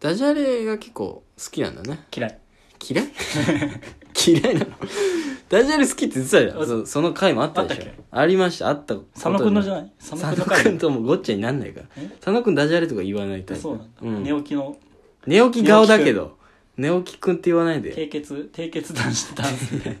ダジャレが結構好きなんだね。嫌い嫌い 嫌いなのダジャレ好きって言ってたじゃん。あそその回もあったでしょあったっけ。ありました、あったこと佐野くんのじゃないない佐野佐くんの野回くんともごっちゃになんないから。え佐野くんダジャレとか言わないタイプ。そうなんだ、うん寝起きの寝起き顔だけど、寝起きくんって言わないで。低血低血男子ダンスみたい な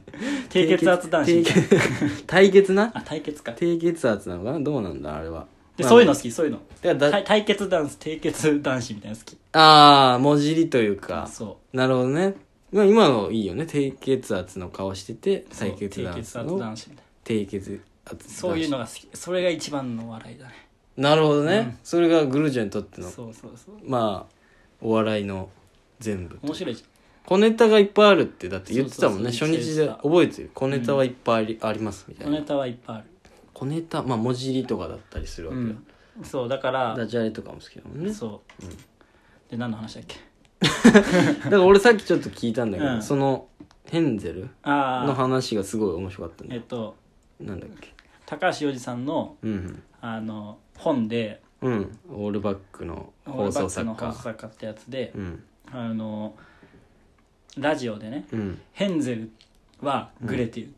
低血圧男子みたいな低血 対決なあ対決かで、低血圧なのかなどうなんだあれは。そういうの好きそういうのだからだ対対決ダンス低血男子みたいなの好きあー、もじりというか。そなるほどね。まあ今のいいよね。低血圧の顔してて、うそう低血低圧血圧の男子みたいな低血圧。そういうの。が好きそれが一番の笑いだねなるほどね。うんそれがグルージャーにとっての、そうそうそうまあ、お笑いの全部。面白いじ小ネタがいっぱいあるって、だって言ってたもんね。そうそうそう初日で覚えてる。小ネタはいっぱいあり,、ありますみゃたいん小な。ネタはいっぱいある、小ネタ、まあ、もじりとかだったりするわうけよ。ん、そうだからダジャレとかも好きだもんね。そう、で何の話だっけだから俺さっきちょっと聞いたんだけど、うんそのヘンゼルあのあ話がすごい面白かったえっね。となんだっけ。高橋洋二さんのうんあの本でうん。うん。オールバックの「放送作オールバックの放送家。作家」ってやつでうん。あのラジオでねうん。 「ヘンゼルはグレてる」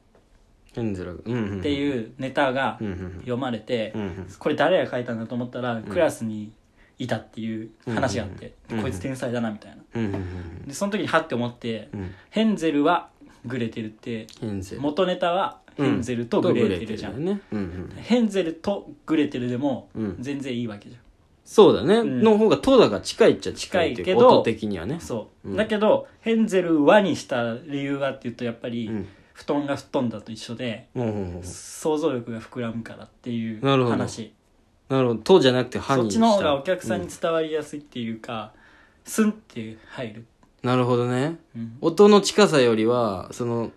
ヘンゼルが。うんうん。ってう。いうネタがうんうん読まれてうん。うんうん。これ誰が書いたんだと思ったらクラスにいたっていう話があってうんこいつ天才だなみたいなうんうんうんでその時にハッて思ってうん。うん。 「ヘンゼルはグレてる」ってヘンゼル。元ネタはヘンゼルとグレーテルじゃん、とグレーテルだよね。うんうん。ヘンゼルとグレテルでもうん全然いいわけじゃん、そうだね。んの方がトだが近いっちゃ近いってい近いうけど音的にはね。そう、うんだけどヘンゼルはにした理由はっていうとやっぱり、うん。布団が布団だと一緒でうんうんうん。想像力が膨らむからっていうなるほど話なるほど。トじゃなくてハそにっしちた。の方がお客さんにう伝わりやすいっていうか、スンって入る、なるほどね。うん、音の近さよりはその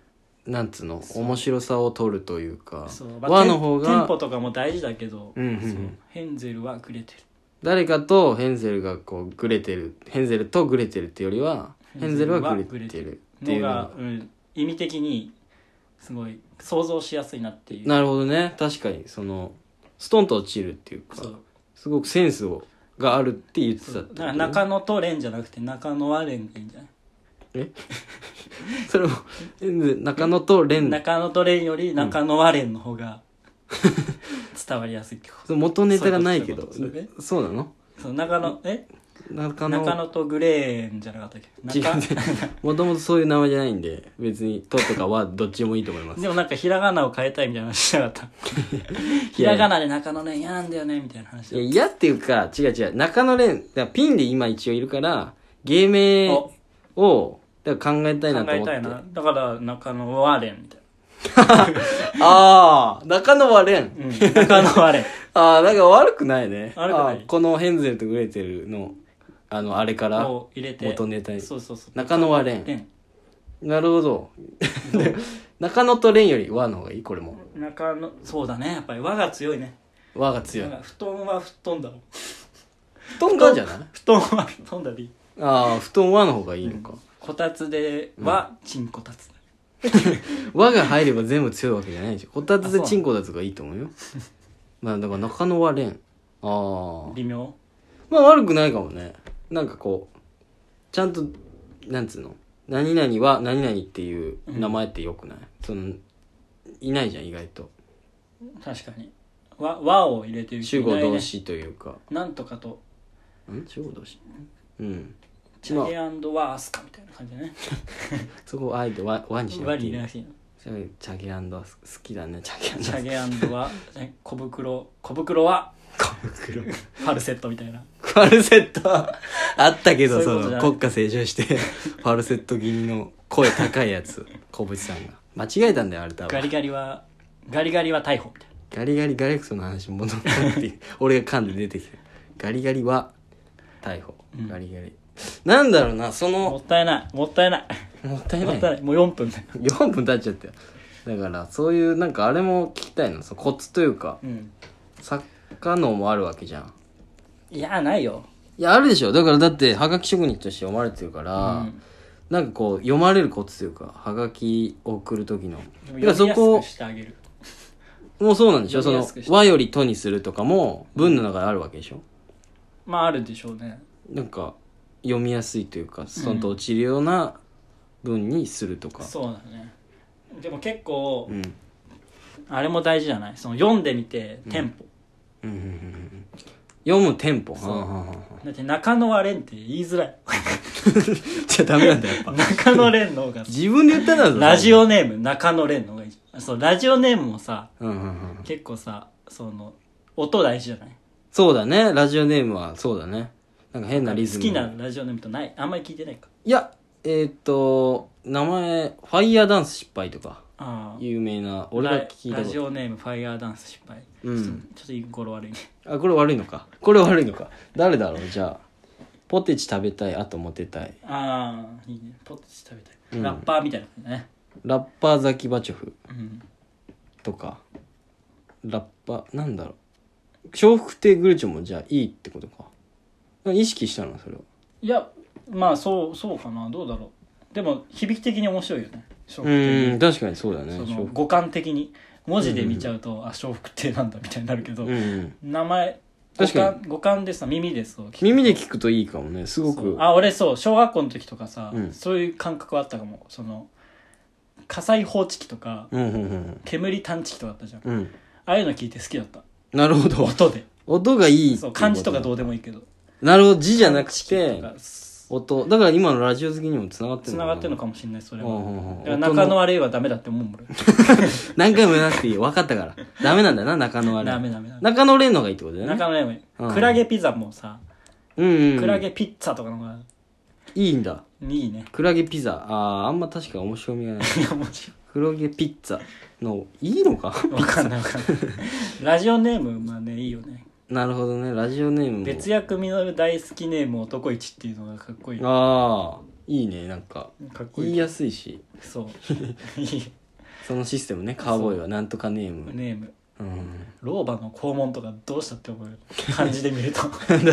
なんつうのそう面白さを取るというかそう、まあ和テンの方テンがポとかも大事だけど、うんうんうんそうヘンゼルはグレテル誰かとヘンゼルがこうグレてるヘンゼルとグレてるってよりはヘンゼルはグレてるっていのうのがが、うん、意味的にすごい想像しやすいなっていうなるほどね確かにそのストンと落ちるっていうかそうすごくセンスをがあるって言ってたってだことからね中野とレンじゃなくて中野はレンがいいんじゃない それもヘンゼル中野とレン中野とレンより中野はレンの方が 伝わりやすいってこその元ネタがないけそうどいうことそうそういうこなのとその中野え中野中野とグレーンじゃなかったっけ違う中もともとそういう名前じゃないんで別に「と」とかはどっちでもいいと思いますでもなんかひらがなを変えたいみたいな話しなかったひらがなで中野レン嫌なんだよねみたいな話いや、嫌っていうか、違う違う。中野蓮、だからピンで今一応いるから、芸名おを、だから考えたいな考とえ思ったてい。なだから中野はレンみたいああ、中野は蓮。な、うん、中野はレン ああ、なんか悪くないね。悪くないあーこのヘンゼルとグレーテルの、あの、あれから、を入れて元ネタに。そうそうそう中野は蓮。レンなるほど。中野と蓮より和の方がいいこれも。中野そうだねやっぱり和が強いね和が強ないん。か布団は布団だろ布団がじゃない布団は布団だりああ、布団和の方がいいのか。こたつではチンこたつ、和が入れば全部強いわけじゃないでしょこたつであそうチンコだとかいいと思うよまあだから中野は蓮ああ微妙まあ悪くないかもねなんかこうちゃんとなんつうの何々は何々っていう名前ってよくない、そのいないじゃん意外と確かに和和を入れてる人主いな語いね動詞というかなんとかとん主語動詞うんチャゲアンドワースカみたいな感じだねそこをあえて和和にしな和くていいに入れなくていいのチャゲアンド好きだねチャゲアンドチャゲアンドはえ小袋小袋は小袋ファルセットみたいなファルセットあったけどそうそいうことじのゃない国家斉唱してファルセット気味の声高いやつ小渕さんが間違えたんだよあれ多分ガリガリはガリガリは逮捕みたいガリガリガレクソの話に戻ったっていう 俺が噛んで出てきたガリガリは逮捕うんガリガリ、なんだろうなそなものったいないもったいないもったいもなっいたいないもう4分だよ4分経っちゃったよだからそういうなんかあれも聞きたいのそのコツというかうん作家のもあるわけじゃんいやないよいやあるでしょだからだってはがき職人として読まれてるから、うんなんかこう読まれるコツというかはがきを送る時のでいやもそ読みこやすくしてあげるもうそうなんでしょそ読みやのすくし「て和」より「と」にするとかも文の中であるわけでしょまああるでしょうねなんか読みやすいというかストンと落ちるような文にするとか、そうだねでも結構、うん、あれも大事じゃないその読んでみてテンポ、うんうんうんうん読むテンポそはうあはあはあ だって中野は蓮って言いづらいじゃあダメなんだやっぱ中野蓮の方が自分で言ったらラジオオネーム中野蓮の方がいいじゃんそうラジオネームもさうんうんうん結構さその音大事じゃないそうだねラジオネームはそうだねなんか変なリズム好きなラジオネームとないあんまり聞いてないかいやえーっ、と名前ファイヤーダンス失敗とかああ有名な俺が聞いラたラこジとオネームファイヤーダンス失敗、うんちょっと居心悪いねあこれ悪いのかこれ悪いのか誰だろうじゃあポテチ食べたいあとモテたいああいいねポテチ食べたい、うんラッパーみたいな感じだねラッパーザキバチョフうんとかラッパなんだろう笑福亭グルチョもじゃあいいってことか意識したのそれはいやまあそうそうかなどうだろうでも響き的に面白いよねう笑福亭ーん確かにそうだねそ笑の福五感的に文字で見ちゃうと、あ笑福亭なんだみたいになるけど、うん名前五確か感五感でさ耳でそう聞くと耳で聞くといいかもねすごそうくあ俺そう小学校の時とかさ、うんそういう感覚はあったかもその火災報知器とかうんうんうん煙探知器とかあったじゃん、あうんあいうの聞いて好きだったなるほど音で音がいいってそいう漢字とかどううでもいいけどなるほど字じゃなくとてか音だから今のラジオ好きにもつながってつるながってるのかかもしれないそれなは、うんうんうんだから音中野は例はダメだって思うも ん俺何回も言わなくていい分かった からダメなんだよな中野はダねメダメダメ中野レンの方がいいってことだよね中野はねうんクラゲピザもさ、うんうんうんクラゲピッツァとかの方がいいんだいいね クラゲピザあーあんま確か面白みがないいやもちクラゲピッツァのいいのかろんわかんないわかんない ラジオネームはねいいよねなるほどねラジオネームも別役みのる大好きネーム男一っていうのがかっこいいかああいいねなんかっこ言いいいやすいしそういいそのシステムねカーボーイはなんとかネームネームうん老婆の肛門とかどうしたって思うよ漢字で見る と確かに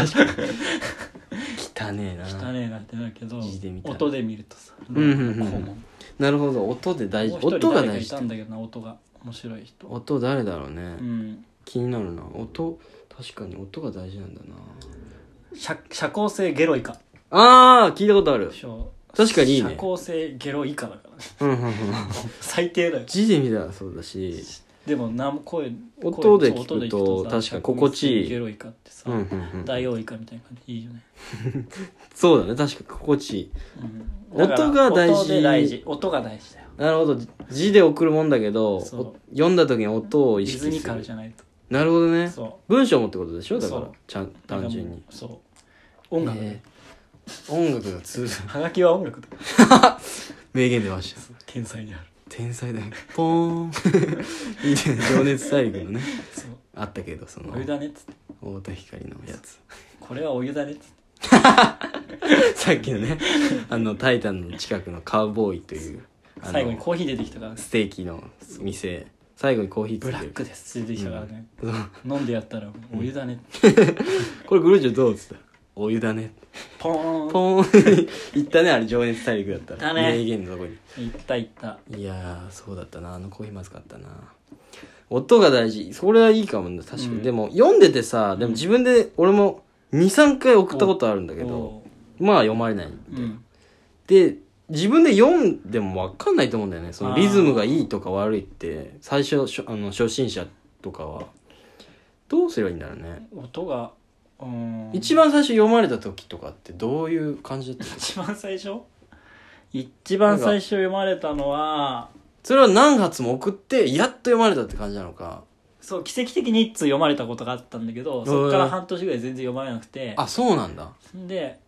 汚ねえな汚ねえなってなるけど字で見たら音で見るとさんうんうん老婆の肛門なるほど音で大事もう一人音が誰か大い事たんだけどな音が面白い人音誰だろうね、うん気になるな音確かに音が大事なんだな社社交性ゲロ以下ああ聞いたことあるそう確かにいいね社交性ゲロ以下だから ねうんうんうん最低だよ字で見たらそうだしでも何も声音で声そう聞くと音で聞確かにさ心地いいゲロイカってさ、うんうんうんダイオウイカみたいな感じでいいよね、そうだね確か心地いいうん音が大事音で大事音が大事だよなるほど字で送るもんだけどおそう読んだ時に音をリ意識すズるミカルじゃないとなるほどねそ文章もってことでしょだかそらうちゃんう単純にそう音楽、えー音楽が通ずはがきは音楽だ名言出ました天才である天才だよポーン いいね情熱大陸のねそうあったけどそのお湯だねっつって太田光のやつこれはお湯だねっつってさっきの ねあの「タイタン」の近くのカウボーイというあの最後にコーヒー出てきたからステーキの店最後にコーヒーつブけラてッるクです出てきたからね、飲んでやったらもうお湯だね、これグルージュどうっつったらお湯だねポーンポーン言ったねあれ情熱大陸だったらだね名言のとこにいったいったいやーそうだったなあのコーヒーまずかったな音が大事それはいいかもね確かに、うんでも読んでてさでも自分で俺も23回送ったことあるんだけどおまあ読まれないんーで、うんで自分で読んでも分かんないと思うんだよねそのリズムがいいとか悪いって最初しょあの初心者とかはどうすればいいんだろうね音がうん一番最初読まれた時とかってどういう感じだったの一番最初一番最初読まれたのはそれは何発も送ってやっと読まれたって感じなのかそう奇跡的に一通読まれたことがあったんだけどそこから半年ぐらい全然読まれなくてあそうなんだで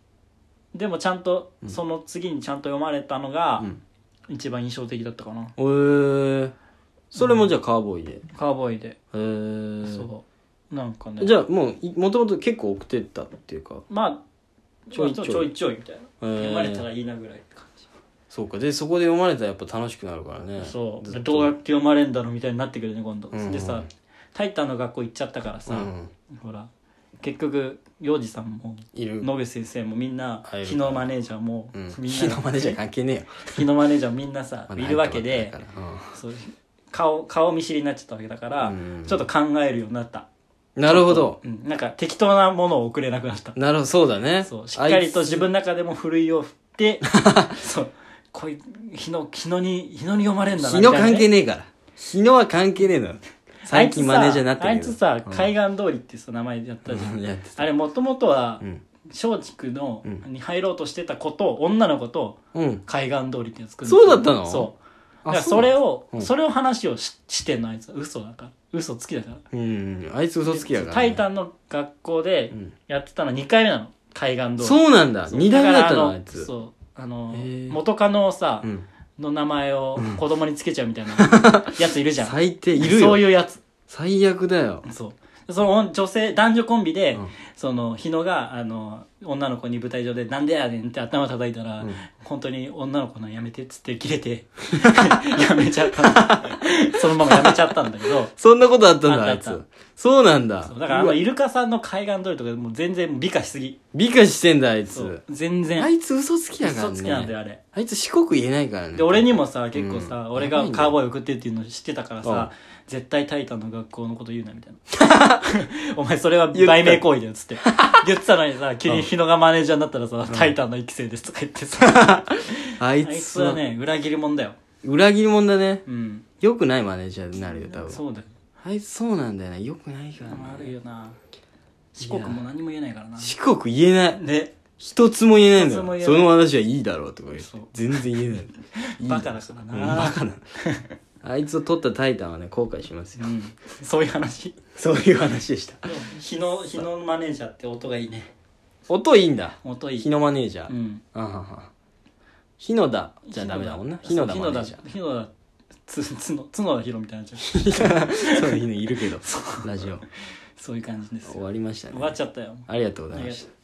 でもちゃんとうんその次にちゃんと読まれたのがうん一番印象的だったかな、へえー、それもじゃあカーボーイでへカーボーイで、えー、そうなんかねじゃあもういもともと結構送ってたっていうかまあちょいちょいまあちょいちょいみたいな、へー読まれたらいいなぐらいって感じそうかでそこで読まれたらやっぱ楽しくなるからねそうずっとどうやって読まれんだろうみたいになってくるね今度、うんうんでさ「タイタン」の学校行っちゃったからうさ、ん、ほら結局幼児さんもいる野口先生もみんな入る日のマネージャーもうん、みん日なのマネじゃ関係ねえよ日のマネージャーもみんなさまだいるわけ入でったばっかだからそう顔顔見知りになっちゃったわけだからうんちょっと考えるようになったなるほど。うん、なんか適当なものを送れなくなったなるほど、そうだね。そうしっかりとあいつ自分の中でもふるいを振って そうこい日の日のに日のに読まれんだな日のみた関いな係ねねえから。日のは関係ねえのよ。最近マネージャーになってあるいけつど。さあいつさ海岸通りってさ名前やったじゃん、やってたあれもともとはうん。松竹のうんに入ろうとしてた子と女の子とうん。海岸通りってやつ作るそうだったのそうあだからそれをうんそれを話をししてんのあいつは嘘だから嘘つきだからううん。あいつ嘘つきやからね。タイタンの学校でうんやってたの2回目なの海岸通りそうなんだ。そう二代目だったからの、のあいつ。そうあのへー元カノをさうん。の名前を子供につけちゃうみた いなやついるじゃん最低、いるそよう。いうやつ最悪だよ。そうその女性男女コンビで、うんその日野があの女の子に舞台上で「なんでやねん」って頭叩いたら、うん本当に女の子の「やめて」っつって切れて やめちゃった のそのままやめちゃったんだけどそんなことあったんだ、ああいったあったつ。そうなんだ。そうだからうあのわイルカさんの海岸通りとかもう全然美化しすぎ美化してんだ、あいそつう。全然あいつ嘘つきやから嘘つきなんだよね。あれあいつ四国言えないからね。で俺にもさ結構さ、うん俺やばがいんだよカーボーイ送ってっていうの知ってたからさ、絶対タイタンの学校のこと言うなみたいな お前それは売名行為だよっつって言ってたのにさ急に日野がマネージャーになったらさ、タイタンの一期生ですとか言ってさあいあいつつははね裏切り者だよ裏切り者だね。うん良くないマネージャーになるよ、多分。そうだよあいつそうなんだよね。良くないから悪いね。よな四国も何も言えないからな四国言えない。ね一つも言えないんだ一つも言えよ。ないその話はいいだろうとか言うそう。全然 言えない。いいだバろカだからうんバな、カ な。あいつを取ったタイタンはね、後悔しますよう。ん、そういう話そういう話でした。日野日野マネージャーって音がいいね音いいんだ。音いい日のマネージャうー。んあはは。日野田じゃダメだもんな。日野田マネージャ日野だつつの角田ヒロみたいになっちゃ うー。 そういうのいるけど。ラジオ。そういう感じです終よわりました終わねっ。ちゃったよありがとうございました。